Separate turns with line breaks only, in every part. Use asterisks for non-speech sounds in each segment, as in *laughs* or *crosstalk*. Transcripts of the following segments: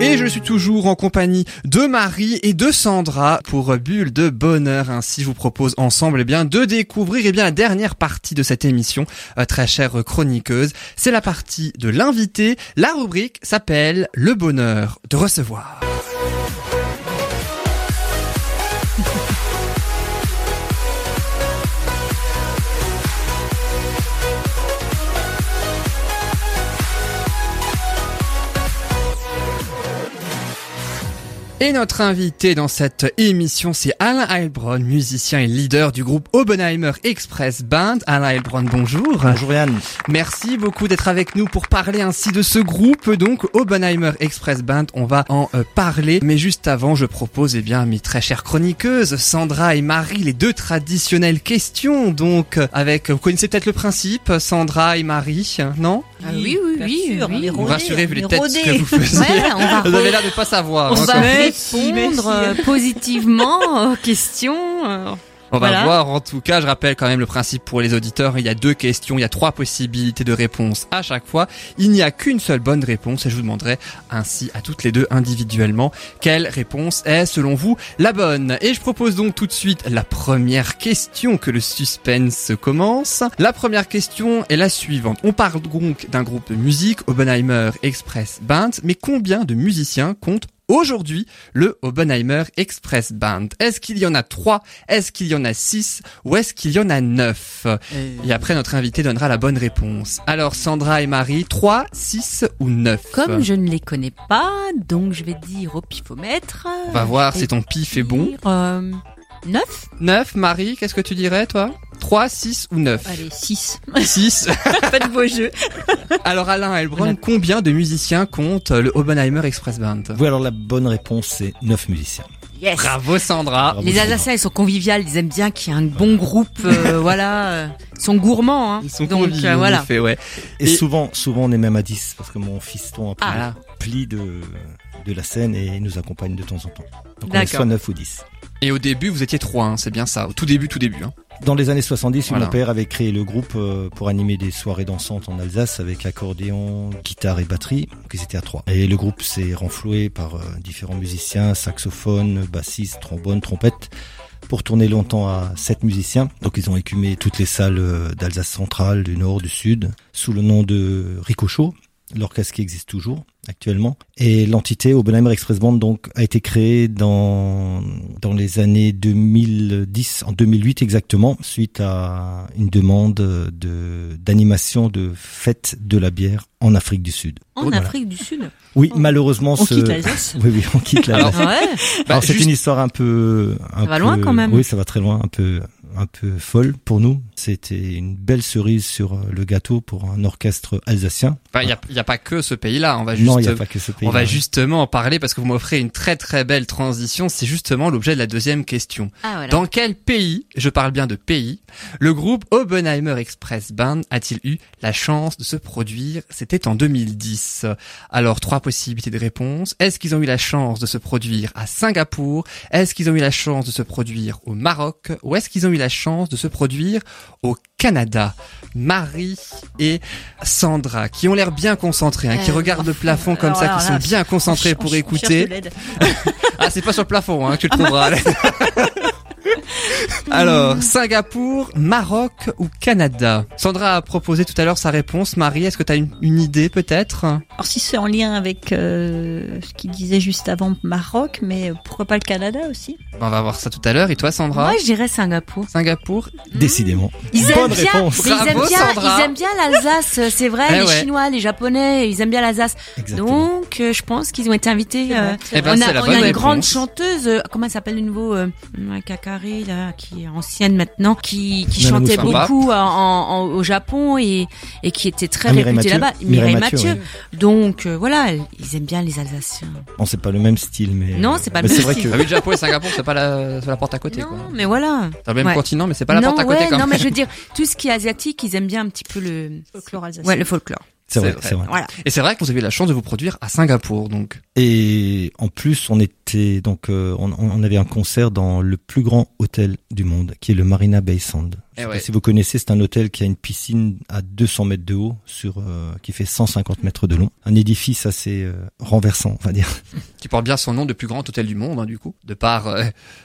Et je suis toujours en compagnie de Marie et de Sandra pour Bulle de Bonheur. Ainsi, je vous propose ensemble eh bien, de découvrir eh bien, la dernière partie de cette émission, euh, très chère chroniqueuse. C'est la partie de l'invité. La rubrique s'appelle Le bonheur de recevoir. Et notre invité dans cette émission, c'est Alain Heilbronn, musicien et leader du groupe Oppenheimer Express Band. Alain Heilbronn, bonjour.
Bonjour Yann.
Merci beaucoup d'être avec nous pour parler ainsi de ce groupe, donc Oppenheimer Express Band. On va en euh, parler, mais juste avant, je propose, eh bien, à mes très chères chroniqueuses, Sandra et Marie, les deux traditionnelles questions. Donc, euh, avec, vous connaissez peut-être le principe, Sandra et Marie, hein, non
Ah oui, oui,
bien
oui.
sûr,
oui.
les
Vous
rôdés,
rassurez vu
les
les têtes
rôdés.
que vous faisiez.
Ouais, on va, *laughs*
Vous avez l'air de pas savoir.
on
hein,
va
comme-
Merci,
répondre euh, positivement aux questions. euh,
On va
Voilà.
voir en tout cas, je rappelle quand même le principe pour les auditeurs, il y a deux questions, il y a trois possibilités de réponse à chaque fois. Il n'y a qu'une seule bonne réponse et je vous demanderai ainsi à toutes les deux individuellement quelle réponse est selon vous la bonne. Et je propose donc tout de suite la première question que le suspense commence. La première question est la suivante. On parle donc d'un groupe de musique, Oppenheimer Express Band, mais combien de musiciens compte aujourd'hui le Oppenheimer Express Band Est-ce qu'il y en a trois Est-ce qu'il y en a six Ou est-ce qu'il y en a neuf Et après, notre invité donnera la bonne réponse. Alors, Sandra et Marie, 3, 6 ou 9
Comme je ne les connais pas, donc je vais dire au pifomètre. euh,
On va voir si ton pif est bon.
9
9, Marie, qu'est-ce que tu dirais, toi 3, 6 ou 9
Allez, 6.
*laughs* 6.
*laughs* pas de beau jeu.
Alors, Alain Elbron, combien de musiciens compte euh, le Oppenheimer Express Band
Oui, alors la bonne réponse, c'est 9 musiciens.
Yes.
Bravo, Sandra
Bravo,
Les
Sandra.
Alsaciens, ils sont conviviales, ils aiment bien qu'il y ait un bon groupe,
*laughs*
euh, voilà, euh, ils sont gourmands, hein.
Ils sont
Donc,
conviés,
euh,
en
voilà.
effet, ouais.
Et,
Et-
souvent, souvent, on est même à 10 parce que mon fiston a pris
Ah.
le pli de, de la scène et il nous accompagne de temps en temps. Donc on est
D'accord.
soit 9 ou 10.
Et au début, vous étiez 3, c'est bien ça. Au tout début, tout début. Hein.
Dans les années 70,
Voilà.
mon père avait créé le groupe euh, pour animer des soirées dansantes en Alsace avec accordéon, guitare et batterie, qui étaient à trois. Et le groupe s'est renfloué par euh, différents musiciens, saxophones, bassistes, trombones, trompettes, pour tourner longtemps à sept musiciens. Donc ils ont écumé toutes les salles euh, d'Alsace centrale, du nord, du sud, sous le nom de Ricochot. L'orchestre qui existe toujours actuellement. Et l'entité Oppenheimer Express Band donc, a été créée dans, dans les années 2010, en 2008 exactement, suite à une demande de, d'animation de fête de la bière en Afrique du Sud.
En
Voilà.
Afrique du Sud.
Oui,
Oh, On- Ah
malheureusement,
On
ce...
*laughs*
quitte l'Alsace.
*laughs* Oui, oui, on quitte la
Alors,
Ouais.
Bah,
alors c'est
juste-
une histoire un peu, un
Ça va
peu-
loin, quand même.
Oui, ça va très loin, un peu, un peu folle pour nous. C'était une belle cerise sur euh, le gâteau pour un orchestre alsacien.
bah, Il n'y a, il y a pas que ce pays-là. On va juste
non, il n'y a pas que ce pays.
On va justement en parler parce que vous m'offrez une très très belle transition. C'est justement l'objet de la deuxième question.
Ah, voilà.
Dans quel pays, je parle bien de pays, le groupe Oppenheimer Express Band a-t-il eu la chance de se produire C'était en 2010. Alors, trois possibilités de réponse. Est-ce qu'ils ont eu la chance de se produire à Singapour Est-ce qu'ils ont eu la chance de se produire au Maroc Ou est-ce qu'ils ont eu la chance de se produire au Canada Marie et Sandra, qui ont l'air bien concentrés, hein, qui
Euh,
regardent le plafond comme
alors
ça,
là,
qui sont
là,
bien concentrés
On
pour
ch- on cherche
écouter.
de l'aide.
Ah, c'est pas sur le plafond hein, que tu le
Ah,
trouveras. *laughs* Alors, Singapour, Maroc ou Canada Sandra a proposé tout à l'heure sa réponse. Marie, est-ce que tu as une, une idée peut-être
Alors si c'est en lien avec euh, ce qu'il disait juste avant Maroc, mais pourquoi pas le Canada aussi
On va voir ça tout à l'heure. Et toi, Sandra
Moi, je dirais Singapour.
Singapour
Mmh.
Décidément.
Ils aiment
Bonne
bien,
réponse.
mais ils
Bravo,
aiment bien,
Sandra.
ils aiment bien l'Alsace, euh, c'est vrai,
Eh
les
ouais.
Chinois, les Japonais, ils aiment bien l'Alsace.
Exactement.
Donc, euh, je pense qu'ils ont été invités. euh,
Eh ben,
on
c'est la
a, on
bonne
a une
réponse.
grande chanteuse, euh, comment elle s'appelle de nouveau euh, euh, Kakari, là, qui est ancienne maintenant, qui, qui
Madame
chantait
Moussamba.
beaucoup en, en- au Japon et, et qui était très
Ah, Mireille
réputée
Mathieu.
là-bas.
Mireille
Mireille
Mathieu,
Mathieu. Donc, euh, voilà, elle- ils aiment bien les Alsaciens.
Bon, c'est pas le même style, mais.
Non, c'est pas le
mais
même
c'est vrai
style.
Ah
que-
oui, le Japon et Singapour, c'est pas la, c'est la porte à côté. quoi.
non, mais voilà.
C'est le même
Ouais.
continent, mais c'est pas la
non,
porte à côté
ouais,
quand
non,
même.
mais je veux dire, tout ce qui est asiatique, ils aiment bien un petit peu le,
Folklore alsacien.
ouais, le folklore.
C'est vrai,
vrai.
c'est vrai.
Voilà.
Et c'est vrai que vous avez eu la chance de vous produire à Singapour, donc.
Et en plus, on était donc euh, on, on avait un concert dans le plus grand hôtel du monde, qui est le Marina Bay Sand. Je
Eh
sais
ouais.
pas si vous connaissez, c'est un hôtel qui a une piscine à 200 mètres de haut, sur euh, qui fait 150 mètres de long. Un édifice assez euh, renversant, on va dire.
Qui porte bien son nom de plus grand hôtel du monde, hein, du coup. De par, euh,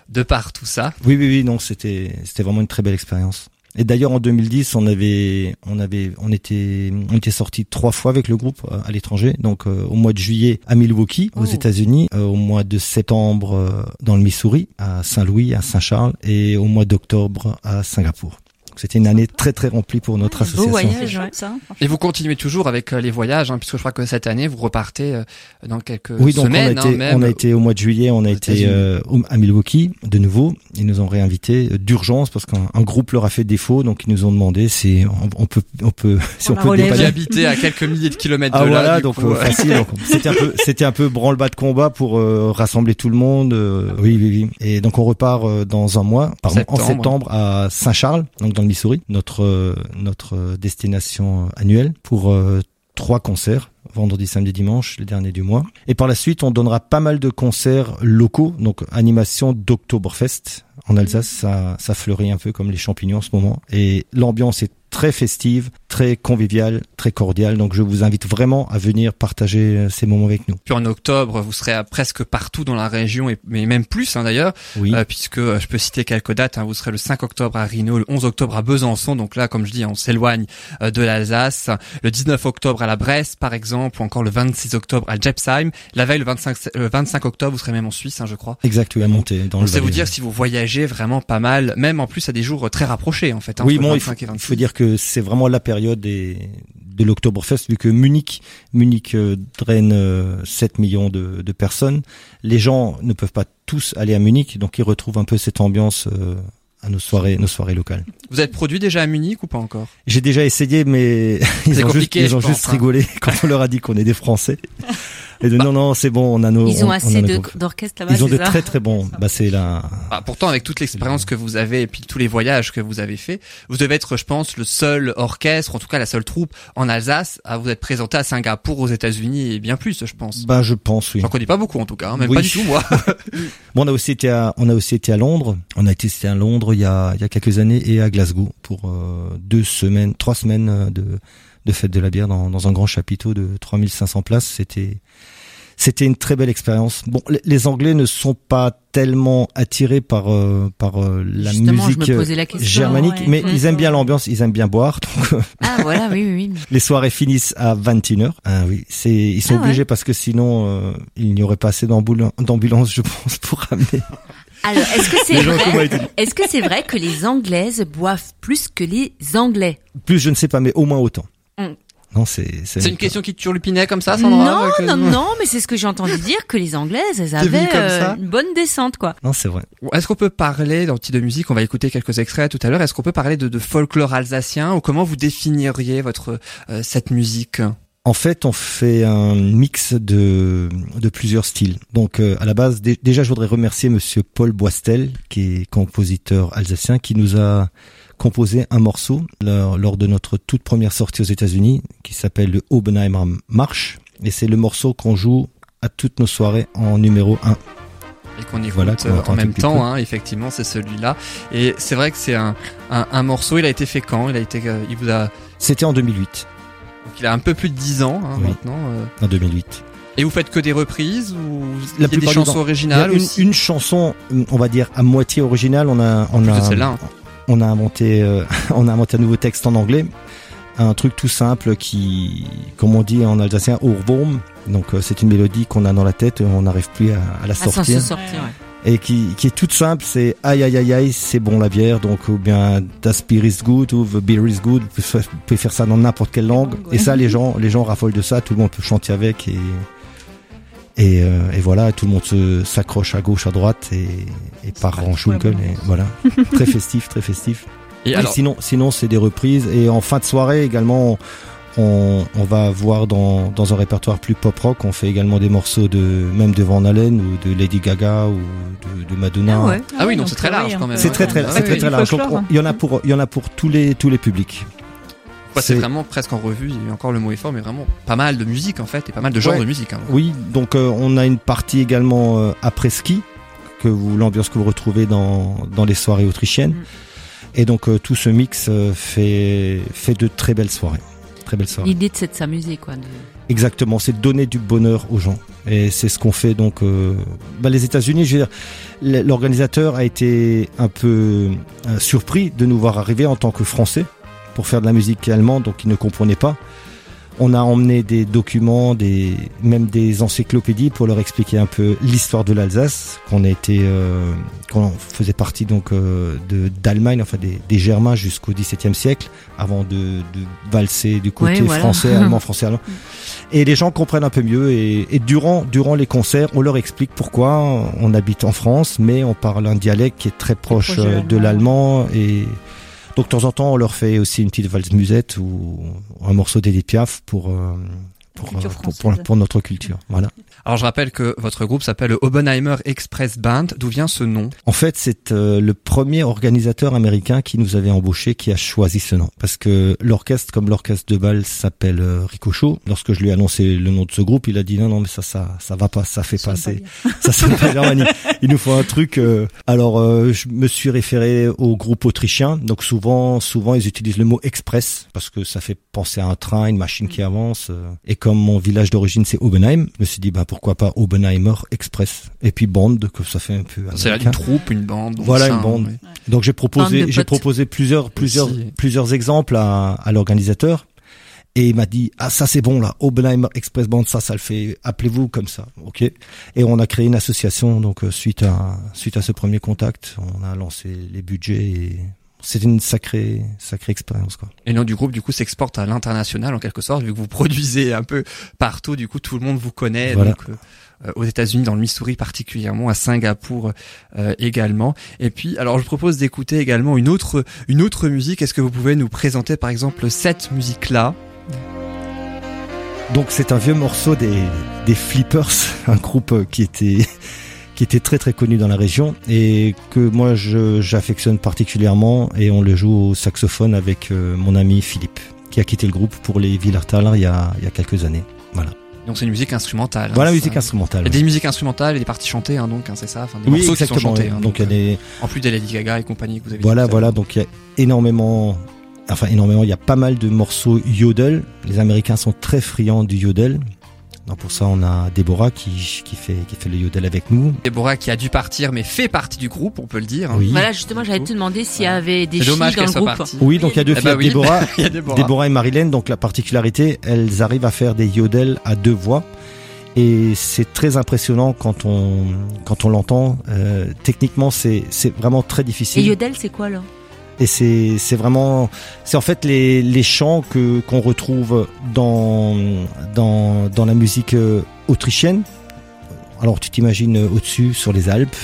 de par tout ça.
Oui, oui, oui, non, c'était c'était vraiment une très belle expérience. Et d'ailleurs, en 2010, on avait, on avait, on était, on était sorti trois fois avec le groupe euh, à l'étranger. Donc, euh, au mois de juillet à Milwaukee, aux
Oh.
États-Unis, euh, au mois de septembre euh, dans le Missouri, à Saint-Louis, à Saint-Charles, et au mois d'octobre à Singapour. Donc, C'était une année très très remplie pour notre
Ouais, Ah, beau
association.
voyage.
C'est
Ouais.
chouette, ça. franchement.
Et vous continuez toujours avec euh, les voyages, hein, puisque je crois que cette année, vous repartez euh, dans quelques
Oui, donc
semaines,
on, a
hein,
été,
même.
on a été au mois de juillet, on a
aux
été
États-Unis.
euh, au- à Milwaukee de nouveau. Ils nous ont réinvités euh, d'urgence parce qu'un un groupe leur a fait défaut, donc ils nous ont demandé si on, on peut, on peut, *laughs* si
On
on,
la
peut
relève.
Qui
dépanner.
habitait à quelques milliers de kilomètres de
Ah
là.
voilà,
du
donc
coup,
euh,
euh,
facile.
*laughs*
donc, C'était un peu, c'était un peu branle-bas de combat pour euh, rassembler tout le monde. euh, oui, oui, oui. Et donc on repart euh, dans un mois, pardon, en
Septembre.
septembre à Saint-Charles, donc dans le Missouri, notre euh, notre euh, destination euh, annuelle pour euh, trois concerts vendredi, samedi, dimanche, les derniers du mois. Et par la suite, on donnera pas mal de concerts locaux, donc animation d'Oktoberfest. En Alsace, ça, ça fleurit un peu comme les champignons en ce moment. Et l'ambiance est très festive, très conviviale, très cordiale. Donc je vous invite vraiment à venir partager euh, ces moments avec nous.
Puis en octobre, vous serez à presque partout dans la région, et, mais même plus hein, d'ailleurs,
Oui.
euh, puisque euh, je peux citer quelques dates. hein, vous serez le 5 octobre à Rhino, le 11 octobre à Besançon, donc là, comme je dis, on s'éloigne euh, de l'Alsace. Le 19 octobre à la Bresse, par exemple, ou encore le 26 octobre à Jepsheim. La veille, le 25, se- le 25 octobre, vous serez même en Suisse, hein, je crois.
Exact, oui, à monter dans
Donc
le
c'est vous
Valais.
dire si vous voyagez vraiment pas mal, même en plus à des jours euh, très rapprochés en fait. hein,
Oui,
entre le
bon, il faut,
25 et
il
26.
faut dire que c'est vraiment la période des, de l'Oktoberfest, vu que Munich, Munich euh, draine euh, 7 millions de, de personnes. Les gens ne peuvent pas tous aller à Munich, donc ils retrouvent un peu cette ambiance euh, à nos soirées, nos soirées locales.
Vous êtes produit déjà à Munich ou pas encore
J'ai déjà essayé, mais *laughs*
C'est
ils ont juste,
compliqué,
ils ont
je
juste
pense, hein.
rigolé *laughs* quand on leur a dit qu'on est des Français. Et de non, non, c'est bon, on a nos.
Ils
on-
ont
on a
assez
nos
de-
groupes.
d'orchestres là-bas.
Ils ont
c'est
de
ça
très très bons. Bah, c'est la.
Ah, Pourtant, avec toute l'expérience que vous avez et puis tous les voyages que vous avez fait, vous devez être, je pense, le seul orchestre, en tout cas la seule troupe en Alsace à vous être présenté à Singapour, aux États-Unis et bien plus, je pense.
Bah, je pense, oui.
J'en connais pas beaucoup en tout cas, hein, même
Oui.
pas du tout
*laughs*
moi.
Bon, on a aussi été à, on a aussi été à Londres. On a été c'était à Londres il y a, il y a quelques années et à Glasgow pour euh, deux semaines, trois semaines euh, de, de fête de la bière dans, dans un grand chapiteau de 3500 places. C'était, c'était une très belle expérience. Bon, les, les Anglais ne sont pas tellement attirés par, euh, par euh, la
Justement,
musique
je me posais la question.
germanique,
ouais.
mais
Mhm.
ils aiment bien l'ambiance, ils aiment bien boire. Donc, euh,
Ah voilà, oui, oui, oui.
les soirées finissent à 21h. Ah oui, c'est, ils sont
Ah ouais.
obligés parce que sinon, euh, il n'y aurait pas assez d'ambul- d'ambulance, je pense, pour *laughs* ramener.
Alors, est-ce que c'est
Les gens
vrai,
comment ils-
est-ce que c'est vrai que les Anglaises boivent plus que les Anglais
Plus, je ne sais pas, mais au moins autant.
Mm.
Non, c'est.
C'est une question qui te turlupinait comme ça, Sandra
Non,
avec-
non, non, mais c'est ce que j'ai entendu dire que les Anglaises, elles
venu
avaient
comme
euh,
ça
une bonne descente, quoi.
Non, c'est vrai.
Est-ce qu'on peut parler, dans Petit de musique, on va écouter quelques extraits tout à l'heure, est-ce qu'on peut parler de, de folklore alsacien ou comment vous définiriez votre euh, cette musique
En fait, on fait un mix de, de plusieurs styles. Donc, euh, à la base, dé- déjà, je voudrais remercier Monsieur Paul Boistel, qui est compositeur alsacien, qui nous a composé un morceau lors, lors de notre toute première sortie aux États-Unis, qui s'appelle le Oppenheimer March. Et c'est le morceau qu'on joue à toutes nos soirées en numéro 1.
et qu'on écoute
Voilà, qu'on
euh,
entend
en
un
même
tout petit
temps.
peu.
Hein, effectivement, c'est celui-là. Et c'est vrai que c'est un, un, un morceau. Il a été fait quand Il a été, euh, il vous a,
C'était en 2008.
donc il a un peu plus de 10 ans hein,
Oui.
maintenant. euh.
En 2008.
Et vous faites que des reprises ou il y a
La
des
plupart du
chansons
temps. Il y a
originales
une,
aussi
une chanson, on va dire à moitié originale. On a, on
Plus
a,
de celle-là. hein.
on a inventé, euh, *laughs* on a inventé un nouveau texte en anglais, un truc tout simple qui, comme on dit en alsacien, Ourwurm. Donc euh, c'est une mélodie qu'on a dans la tête, euh, on n'arrive plus à, à la
Ah, sans se
sortir
sortir, ouais.
et qui, qui est toute simple. C'est aïe aïe aïe aïe, c'est bon la bière. Donc ou bien das beer is good ou the beer is good. Vous pouvez- vous pouvez faire ça dans n'importe quelle langue.
Langue, ouais.
Et ça les gens, les gens raffolent de ça. Tout le monde peut chanter avec et et, euh, et voilà, tout le monde se s'accroche à gauche, à droite et, et part en schunkel, et *laughs* voilà. très festif, très festif.
Et
Oui,
alors,
sinon, sinon c'est des reprises. Et en fin de soirée également, on, on va voir dans, dans un répertoire plus pop rock. On fait également des morceaux de même de Van Halen ou de Lady Gaga ou de, de Madonna.
ouais.
Ah oui, non,
donc
c'est très
ça va,
large
et
quand
on
même.
peut-
C'est très très,
Ah
c'est
oui,
très, très
oui.
large. Donc,
Folklore,
on- Il y en a pour il y en a pour tous les tous les publics.
c'est
C'est-
vraiment presque en revue, il y a eu encore le mot effort, mais vraiment pas mal de musique en fait, et pas mal de genres
Ouais.
de musique. hein.
Oui, donc euh, on a une partie également euh, après ski, que vous l'ambiance que vous retrouvez dans, dans les soirées autrichiennes.
Mm.
Et donc euh, tout ce mix euh, fait fait de très belles soirées, très belles soirées.
L'idée de c'est de s'amuser quoi. de-
Exactement, c'est de donner du bonheur aux gens. Et c'est ce qu'on fait donc. euh, bah, les États-Unis, je veux dire, l- l'organisateur a été un peu euh, surpris de nous voir arriver en tant que Français pour faire de la musique allemande, donc il ne comprenait pas. On a emmené des documents, des, même des encyclopédies pour leur expliquer un peu l'histoire de l'Alsace, qu'on a été, euh, qu'on faisait partie donc euh, de d'Allemagne, enfin des, des Germains jusqu'au XVIIe siècle, avant de, de valser du côté
Ouais, voilà.
français,
*laughs*
allemand, français, allemand. Et les gens comprennent un peu mieux. Et, et durant, durant les concerts, on leur explique pourquoi on habite en France, mais on parle un dialecte qui est très proche,
proche de
euh, de l'allemand.
l'allemand,
Et donc, de temps en temps, on leur fait aussi une petite valse musette ou un morceau d'Edith Piaf pour, euh, pour,
Culture
euh, pour, pour,
française.
pour notre culture. Voilà.
Alors je rappelle que votre groupe s'appelle le Oppenheimer Express Band, d'où vient ce nom
En fait, c'est euh, le premier organisateur américain qui nous avait embauché qui a choisi ce nom. Parce que l'orchestre, comme l'orchestre de bal s'appelle euh, Ricochot, lorsque je lui ai annoncé le nom de ce groupe, il a dit non, non, mais ça, ça, ça va pas, ça fait
Ça
pas,
sonne pas
c'est-
bien.
ça sonne pas Germanie. Il nous faut un truc. euh, Alors, euh, je me suis référé au groupe autrichien. Donc souvent, souvent, ils utilisent le mot express parce que ça fait penser à un train, une machine qui avance. euh. Et comme mon village d'origine c'est Oppenheim, je me suis dit bah pourquoi pas Oppenheimer express. Et puis band que ça fait un peu.
C'est
américain.
une troupe, une bande. donc
Voilà,
ça, hein,
une bande.
oui.
Donc j'ai
Bande
proposé,
de
j'ai
potes.
proposé plusieurs, plusieurs,
Aussi.
plusieurs exemples à, à l'organisateur. Et il m'a dit, ah, ça c'est bon, là, Oppenheimer Express Band, ça, ça le fait, appelez-vous comme ça, ok? Et on a créé une association, donc, euh, suite à, suite à ce premier contact, on a lancé les budgets et c'était une sacrée, sacrée expérience, quoi.
Et le nom du groupe, du coup, s'exporte à l'international en quelque sorte, vu que vous produisez un peu partout. Du coup, tout le monde vous connaît.
Voilà.
Donc, euh, euh, aux États-Unis, dans le Missouri particulièrement, à Singapour euh, également. Et puis, alors, je propose d'écouter également une autre une autre musique. Est-ce que vous pouvez nous présenter, par exemple, cette musique-là
Donc c'est un vieux morceau des, des Flippers, *laughs* un groupe euh, qui était *laughs* qui était très très connu dans la région et que moi je- j'affectionne particulièrement et on le joue au saxophone avec euh, mon ami Philippe qui a quitté le groupe pour les Villartal il y a il y a quelques années.
Donc, c'est une musique instrumentale. hein,
Voilà
ça.
musique instrumentale.
Il y a des musiques instrumentales et des parties chantées, hein, donc, hein, c'est ça. Enfin, des
oui
morceaux qui sont
exactement.
chantés. hein,
donc il y a
euh,
des
En plus des Lady Gaga et compagnie que vous avez.
voilà
dit tout à
voilà
l'heure.
donc il y a énormément enfin énormément il y a pas mal de morceaux yodel. Les Américains sont très friands du yodel. Donc pour ça on a Déborah qui qui fait qui fait le yodel avec nous.
Déborah qui a dû partir, mais fait partie du groupe, on peut le dire. hein.
Oui.
Voilà justement j'allais te demander s'il y
Voilà.
avait des
C'est
filles dans
dommage
le
qu'elle soit
groupe. hein.
partie.
Oui, donc il y a deux
Eh
filles,
ben oui.
Déborah,
*laughs* Il y a Déborah.
Déborah et Marilyn. Donc la particularité, elles arrivent à faire des yodels à deux voix. Et c'est très impressionnant quand on, quand on l'entend. Euh, techniquement, c'est c'est vraiment très
Et
difficile.
Yodel c'est quoi alors
Et c'est c'est vraiment... C'est en fait les, les chants que qu'on retrouve dans, dans, dans la musique euh, autrichienne. Alors tu t'imagines euh, au-dessus, sur les Alpes.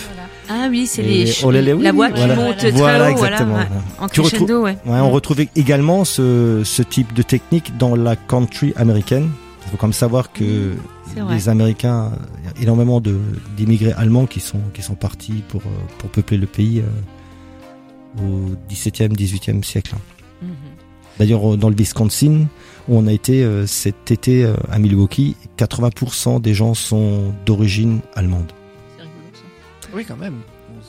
Ah oui c'est
Et
les
oh là là, oui,
la voix qui
voilà.
monte très
Voilà,
haut voilà.
exactement.
ouais. En
Tu retrouves-
crescendo ouais.
Ouais, on retrouvait également ce, ce type de technique dans la country américaine. Il faut quand même savoir que
c'est vrai.
les Américains, il y a énormément de- d'immigrés allemands qui sont, qui sont partis pour, euh, pour peupler le pays euh, au 17e, 18e siècle.
Mhm.
D'ailleurs, euh, dans le Wisconsin, où on a été euh, cet été euh, à Milwaukee, 80% des gens sont d'origine allemande.
Oui, quand même.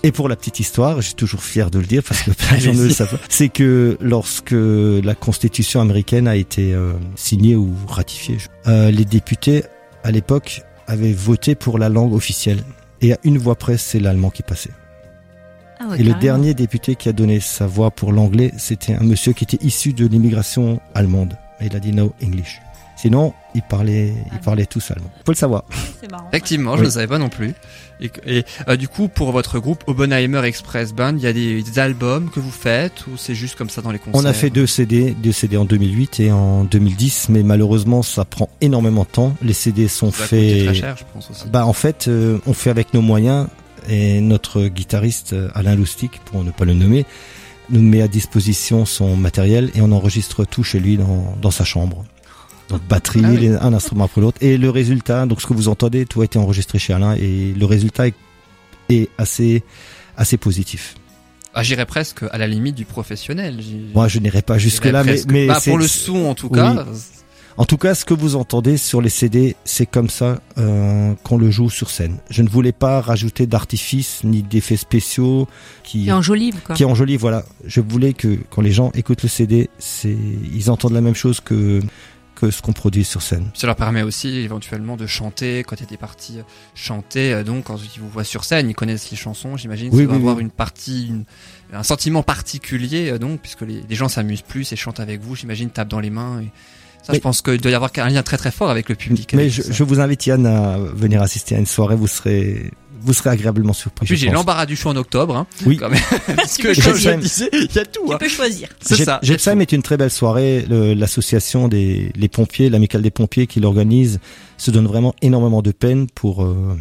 Et pour la petite histoire, je suis toujours fier de le dire parce que plein de gens ne le
Allez-y.
savent pas, c'est que lorsque la Constitution américaine a été euh, signée ou ratifiée, je- euh, les députés à l'époque avaient voté pour la langue officielle. Et à une voix près, c'est l'allemand qui passait.
Ah ouais,
Et le
carrément.
dernier député qui a donné sa voix pour l'anglais, c'était un monsieur qui était issu de l'immigration allemande. Et il a dit no English. Sinon, il parlait, il
Ah.
parlait tous allemand. Faut le savoir.
C'est marrant.
Effectivement, je
Oui.
ne le savais pas non plus. Et, que- et, euh, du coup, pour votre groupe Oppenheimer Express Band, il y a des, des albums que vous faites ou c'est juste comme ça dans les concerts
On a fait deux CD, deux CD en 2008 et en 2010, mais malheureusement, ça prend énormément de temps. Les CD sont
Ça doit coûter très
faits.
cher, je pense aussi.
Bah, en fait, euh, on fait avec nos moyens et notre guitariste euh, Alain Loustic, pour ne pas le nommer, nous met à disposition son matériel et on enregistre tout chez lui dans, dans sa chambre. Donc batterie,
Ah oui.
les- un instrument après l'autre. Et le résultat, donc ce que vous entendez, tout a été enregistré chez Alain et le résultat est, est assez, assez positif.
ah, j'irais presque à la limite du professionnel. j'y-
Moi, je n'irai pas jusque-là, mais,
j'irais presque.
mais
Bah,
c'est-
pour le son en tout
oui.
cas.
En tout cas, ce que vous entendez sur les CD, c'est comme ça euh, qu'on le joue sur scène. Je ne voulais pas rajouter d'artifices ni d'effets spéciaux qui,
Et en joli, quoi.
qui enjolivent. Voilà, je voulais que quand les gens écoutent le CD, c'est ils entendent la même chose que que ce qu'on produit sur scène.
Ça leur permet aussi éventuellement de chanter quand il y a des parties euh, chantées. euh, Donc quand ils vous voient sur scène, ils connaissent les chansons. J'imagine
Oui,
ça doit
oui,
avoir
oui.
une partie, une- un sentiment particulier. euh, Donc puisque les, les gens s'amusent plus et chantent avec vous, j'imagine tapent dans les mains. Et... Ça,
Mais-
je pense qu'il doit y avoir un lien très très fort avec le public.
Mais
avec
je,
ça.
je vous invite Yann à venir assister à une soirée. Vous serez vous serez agréablement surpris.
En plus,
je
j'ai
pense.
l'embarras du choix en octobre. Hein,
Oui.
Quand même. *laughs* Parce que
peux
comme je
choisir.
le disais, il y a tout.
Tu
hein.
peux choisir.
C'est ça.
Jepsam est une très belle soirée. Le- L'association des les pompiers, l'amicale des pompiers qui l'organise, se donne vraiment énormément de peine pour euh,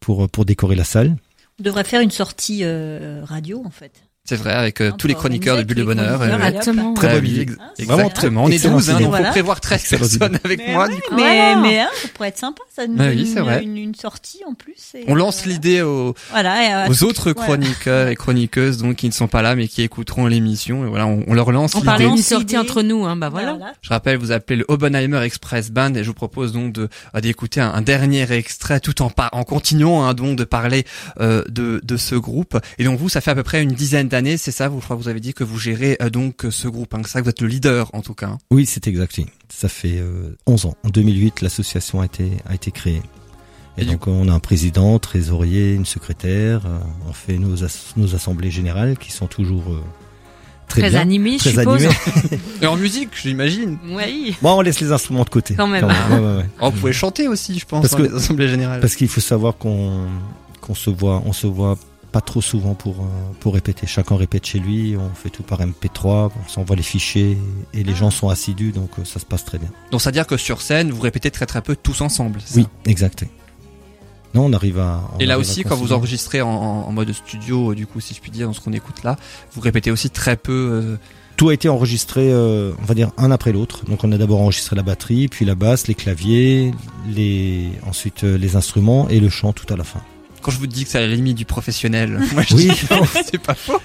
pour pour décorer la salle.
On devrait faire une sortie euh, radio, en fait.
C'est vrai, avec euh,
On
tous les
peut
chroniqueurs de
organiser
Bulle de
avec les
Bonheur.
chroniqueurs,
euh,
allez, hop,
Exactement.
Très
Ouais,
bonne
oui,
idée.
ex-
Ah, c'est
Exactement. On
vrai.
est 12, hein,
Excellent
donc
idée.
faut prévoir 13
Excellent idée.
personnes avec
Mais,
moi.
oui,
du coup.
mais,
Voilà.
mais, hein, ça pourrait être sympa, ça nous
Mais
donne
Ah oui, c'est
une,
vrai.
une- une sortie en plus. et,
On lance
euh,
l'idée aux,
Voilà, et, euh,
*laughs* aux autres
voilà.
chroniqueurs et chroniqueuses donc qui ne sont pas là mais qui écouteront l'émission et voilà on, on leur lance
On
l'idée.
parlait d'une
L'idée.
sortie entre nous,
Ah,
hein, bah voilà.
Je rappelle vous appelez le Oppenheimer Express Band et je vous propose donc de euh, d'écouter un, un dernier extrait tout en par- en continuant hein, donc de parler euh, de de ce groupe et donc vous ça fait à peu près une dizaine d'années c'est ça vous je crois que vous avez dit que vous gérez euh, donc ce groupe hein, que ça vous êtes le leader en tout cas. hein.
Oui, c'est exact. oui. Ça fait euh, 11 ans. En 2008, l'association a été a été créée. Et,
Et du
donc on a un président, trésorier, une secrétaire. euh, on fait nos as- nos assemblées générales qui sont toujours euh, très,
Très
bien,
animé, je
très
suppose.
animées.
Et en musique j'imagine.
Oui.
Bon, on laisse les instruments de côté.
Quand même.
Ouais, ouais, ouais.
Oh, vous pouvez chanter aussi je pense
Parce
dans
que-
les assemblées générales.
Parce qu'il faut savoir qu'on qu'on se voit, on se voit pas trop souvent pour euh, pour répéter. Chacun répète chez lui. On fait tout par MP3. On s'envoie les fichiers et
Ah.
les gens sont assidus, donc euh, ça se passe très bien.
Donc c'est à dire que sur scène vous répétez très très peu tous ensemble. c'est
Oui,
ça
exact. oui. Non, on arrive à. on
Et là
arrive
aussi,
à
quand vous
concilier.
enregistrez en, en- en mode studio, euh, du coup, si je puis dire, dans ce qu'on écoute là, vous répétez aussi très peu. euh,
tout a été enregistré, euh, on va dire un après l'autre. Donc on a d'abord enregistré la batterie, puis la basse, les claviers, les ensuite euh, les instruments et le chant tout à la fin.
euh, Quand je vous dis que c'est à la limite du professionnel, *laughs* moi je
Oui.
dis non, c'est pas faux.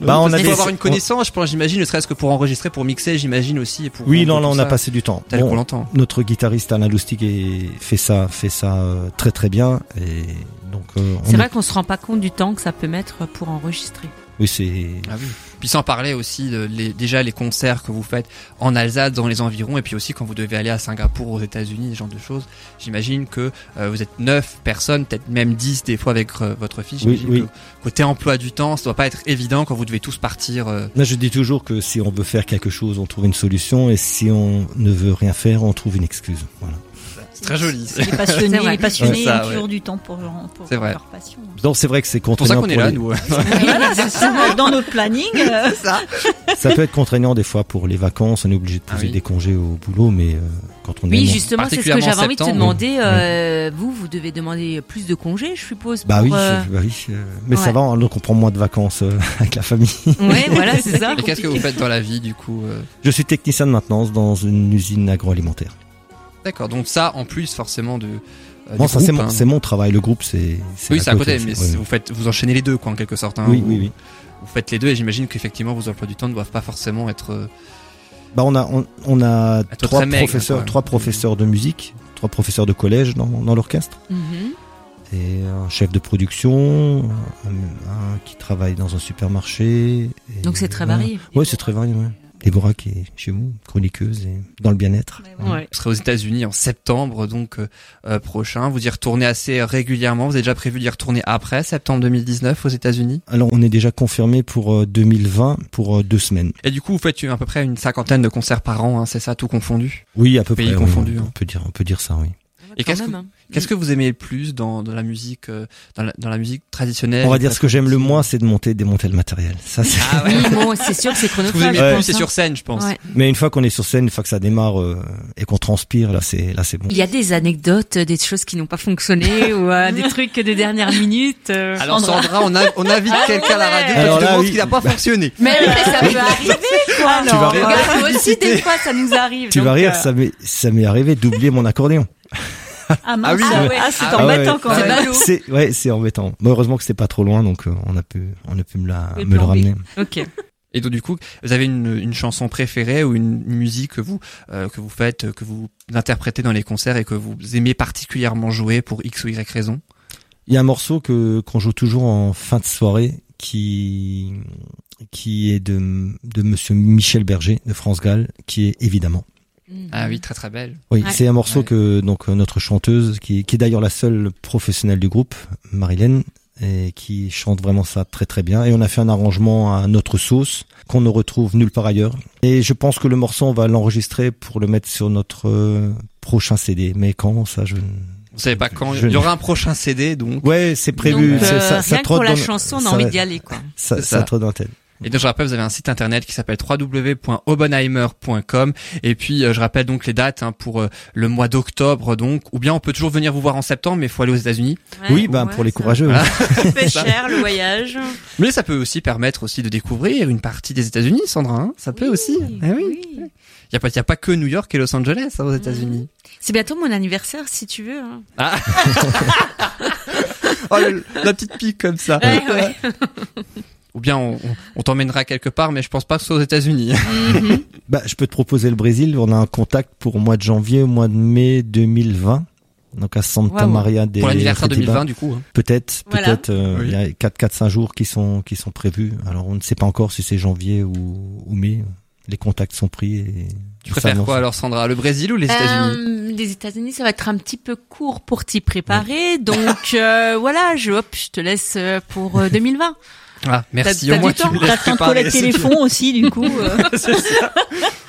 Bah, on
Parce
a
qu'il
des-
faut avoir une
on-
connaissance, je pense, j'imagine, ne serait-ce que pour enregistrer, pour mixer, j'imagine aussi. Et pour
Oui,
rendre
non, là
tout
on a
ça
passé du temps.
Tel
Bon,
qu'on l'entend.
notre guitariste Alain Loustic est- fait ça, fait ça euh, très très bien. Et donc euh, on
C'est
est-
vrai qu'on se rend pas compte du temps que ça peut mettre pour enregistrer.
oui, c'est
Ah oui. Puis sans parler aussi de les- déjà les concerts que vous faites en Alsace, dans les environs, et puis aussi quand vous devez aller à Singapour, aux États-Unis, ce genre de choses. J'imagine que euh, vous êtes neuf personnes, peut-être même 10 des fois avec euh, votre fille.
Oui,
J'imagine
oui.
que côté emploi du temps, ça doit pas être évident quand vous devez tous partir. euh,
Là, je dis toujours que si on veut faire quelque chose, on trouve une solution, et si on ne veut rien faire, on trouve une excuse. Voilà.
C'est très joli.
Les passionnés,
C'est vrai.
les passionnés
Ouais, ça,
ont toujours
ouais.
du temps pour, leur- pour
C'est vrai.
leur passion.
Donc c'est vrai que c'est
C'est pour ça
contraignant.
qu'on est
pour
là,
les-
nous. euh.
Voilà, c'est ça, dans notre planning. euh,
Ça peut être contraignant des fois pour les vacances. On est obligé de
Ah
poser
oui.
des congés au boulot, mais euh, quand on
Oui,
aime, on-
justement, c'est ce que
Particulièrement
j'avais envie de te
septembre.
demander. euh, Vous, vous devez demander plus de congés, je suppose.
Bah
pour,
oui,
euh,
je- bah oui. euh, mais
ouais.
ça va, hein, donc on prend moins de vacances euh, *laughs* avec la famille.
Ouais, voilà, c'est ça.
*laughs*
Et qu'est-ce que vous faites dans la vie, du coup euh
Je suis technicien de maintenance dans une usine agroalimentaire.
D'accord. Donc ça, en plus, forcément, de. euh,
Bon,
du
ça c'est
groupe,
mon,
hein.
c'est mon travail, le groupe c'est. c'est
Oui, c'est à côté, mais
aussi.
c'est-
Ouais.
vous faites, vous enchaînez les deux, quoi, en quelque sorte. hein.
Oui,
Vous-
oui, oui.
Vous faites les deux, et j'imagine qu'effectivement, vos emplois du temps ne doivent pas forcément être. euh,
Bah on a on, on a
toi,
trois
très maigre, hein,
professeurs,
quand même.
trois professeurs de musique, trois professeurs de collège dans, dans l'orchestre
Mhm.
et un chef de production, un, un qui travaille dans un supermarché. et-
Donc c'est très
voilà.
varié.
Ouais, c'est très varié. Ouais. Déborah qui est chez vous, chroniqueuse et dans le bien-être.
Ouais.
Vous serez aux États-Unis en septembre donc euh, euh, prochain. Vous y retournez assez régulièrement. Vous avez déjà prévu d'y retourner après septembre 2019 aux États-Unis.
Alors on est déjà confirmé pour euh, 2020 pour euh, deux semaines.
Et du coup, vous faites une- à peu près une cinquantaine de concerts par an, hein, c'est ça, tout confondu.
Oui, à peu
Pays
près. oui,
confondu,
on
hein.
peut dire, on peut dire ça, oui.
Et
Quand
qu'est-ce
même,
que-
hein.
Qu'est-ce que vous aimez le plus dans, dans la musique, euh, dans, la, dans la musique traditionnelle
On va dire ce que j'aime le moins, c'est de monter, et démonter le matériel.
*laughs*
Ça, c'est-
Ah
*laughs*
ouais.
hein. Oui, bon, c'est sûr que c'est
Ce que
chronophage.
vous aimez
je
le plus,
pense,
c'est
hein.
sur scène, je pense.
Ouais.
Mais une fois qu'on est sur scène, une fois que ça démarre euh, et qu'on transpire, là, c'est là, c'est bon.
Il y a des anecdotes, des choses qui n'ont pas fonctionné *laughs* ou euh, des trucs de dernière minute. euh.
Alors Sandra, on, a- on invite quelqu'un à la radio, Alors tu
Alors
te
là,
demandes
oui.
ce qui n'a pas fonctionné.
Mais oui, mais ça *laughs* peut arriver, quoi.
Tu vas rire. *laughs*
Regarde, nous aussi, des fois, ça nous arrive.
Tu
donc,
vas rire,
euh,
ça m'est ça m'est arrivé d'oublier mon accordéon.
Ah, mince,
oui,
ah
ouais.
ouais, ah, c'est
Ah
embêtant
ouais.
quand même.
ballot.
C'est ouais, c'est embêtant. Mais heureusement que c'était pas trop loin, donc euh, on a pu, on a pu me la,
Le
me le
plan B.
ramener.
Ok.
Et donc du coup, vous avez une, une chanson préférée ou une musique que vous euh, que vous faites, que vous interprétez dans les concerts et que vous aimez particulièrement jouer pour x ou y raison
Il y a un morceau que qu'on joue toujours en fin de soirée, qui qui est de de Monsieur Michel Berger de France Gall, qui est évidemment.
Mm.
Ah oui, très très belle.
Oui,
Ouais.
c'est un morceau
Ouais.
que donc euh, notre chanteuse, qui, qui est d'ailleurs la seule professionnelle du groupe, Marilyn, et qui chante vraiment ça très très bien. Et on a fait un arrangement à notre sauce qu'on ne retrouve nulle part ailleurs. Et je pense que le morceau, on va l'enregistrer pour le mettre sur notre euh, prochain CD. Mais quand ça, je. ne-
Vous savez pas quand
Je-
il y aura un prochain CD donc.
Ouais, c'est prévu.
Donc,
c'est-
euh,
ça, ça
rien que pour
trotte
la
dans-
chanson, on a
ça-
envie d'y aller, quoi.
Ça,
C'est
ça
ça.
trotte dans la tête.
Et donc je rappelle, vous avez un site internet qui s'appelle www.obenheimer.com et puis euh, je rappelle donc les dates hein, pour euh, le mois d'octobre donc ou bien on peut toujours venir vous voir en septembre mais il faut aller aux États-Unis.
oui, ben pour les courageux.
Voilà.
Ça fait
ça.
cher le voyage.
Mais ça peut aussi permettre aussi de découvrir une partie des États-Unis, Sandra. hein. ça peut aussi. Eh
Ah
oui. Il y a pas, il y a pas que New York et Los Angeles hein, aux États-Unis.
C'est bientôt mon anniversaire, si tu veux. hein.
*laughs* Oh, le- la petite pique comme ça.
Ouais, ouais.
Ou bien on, on- on t'emmènera quelque part, mais je pense pas que ce soit aux États-Unis.
Mhm.
Bah, je peux te proposer le Brésil. On a un contact pour au mois de janvier, au mois de mai 2020. Donc à Santa
Waouh.
Maria *laughs* des
Pour l'anniversaire
Redibas.
2020 du coup. hein.
Peut-être,
Voilà.
peut-être. euh,
Oui.
Il y a 4, 4, 5 jours qui sont, qui sont prévus. Alors on ne sait pas encore si c'est janvier ou, ou mai. Les contacts sont pris. Et
Tu préfères quoi alors, Sandra Le Brésil ou les États-Unis
Euh, les États-Unis, ça va être un petit peu court pour t'y préparer. Donc euh, voilà, je, hop, je te laisse euh,
*laughs*
pour euh, 2020.
Ah, merci.
t'as
Au moins,
du
tu
temps.
me laisses
T'as le temps
*laughs*
de
préparer,
collecter
c'est
les
bien.
fonds aussi, du coup. euh,
C'est ça.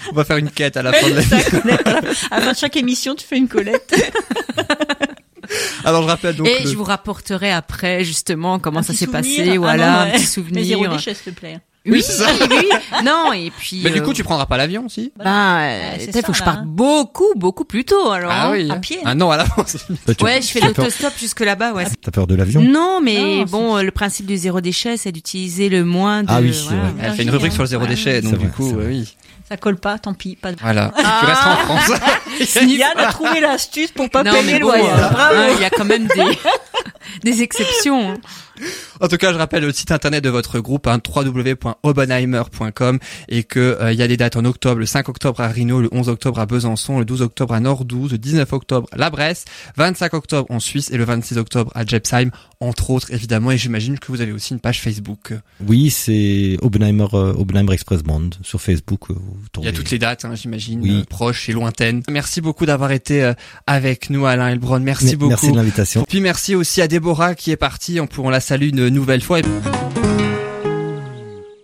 On va faire une quête à la
*laughs*
fin de la
Avant chaque émission, tu fais une collecte.
Alors, je rappelle donc.
Et
le-
je vous rapporterai après justement comment
Un
ça
petit
s'est
souvenir.
passé,
Ah
voilà,
non,
un petit
ouais. Mais zéro
souvenir.
déchet, s'il te plaît.
Oui,
Oui,
c'est ça.
oui. Non, et puis.
Mais du
euh,
coup, tu prendras pas l'avion aussi
Ben,
Ouais, c'est
il faut
ça,
que je
là,
parte
hein.
beaucoup, beaucoup plus tôt alors. hein.
à pied.
Ah non, à l'avance.
Ouais, je fais
T'as peur,
l'autostop jusque là-bas, ouais.
t'as peur de l'avion
Non, mais
Non,
bon, euh, le principe du zéro déchet, c'est d'utiliser le moins de.
Ah oui,
voilà.
ouais.
Elle fait une rubrique sur le zéro
Ah.
Ouais.
déchet, donc
C'est
du
vrai,
coup,
c'est vrai.
oui.
Ça colle pas, tant pis. Pas de...
Voilà.
Ah.
Tu restes en
*laughs*
France. *laughs*
Yann a trouvé l'astuce pour pas
Non, mais
payer le
bon,
voyage.
euh,
Bravo.
hein, il y a quand même des, *laughs* des exceptions. hein.
En tout cas, je rappelle le site internet de votre groupe, hein, www.obenheimer.com, et que euh, il y a des dates en octobre, le 5 octobre à Rhino, le 11 octobre à Besançon, le 12 octobre à Nordouze, le 19 octobre à La Bresse, 25 octobre en Suisse et le 26 octobre à Jepsheim, entre autres évidemment. Et j'imagine que vous avez aussi une page Facebook.
Oui, c'est Oppenheimer, euh, Oppenheimer Express Band sur Facebook. euh, Vous
Il
tournez.
y a toutes les dates, hein, j'imagine,
Oui.
euh, proches et lointaines. Merci beaucoup d'avoir été euh, avec nous, Alain Elbron. Merci
Mais-
beaucoup.
Merci de l'invitation.
Puis merci aussi à Déborah qui est partie. On, peut- on la salue une nouvelle fois. Et-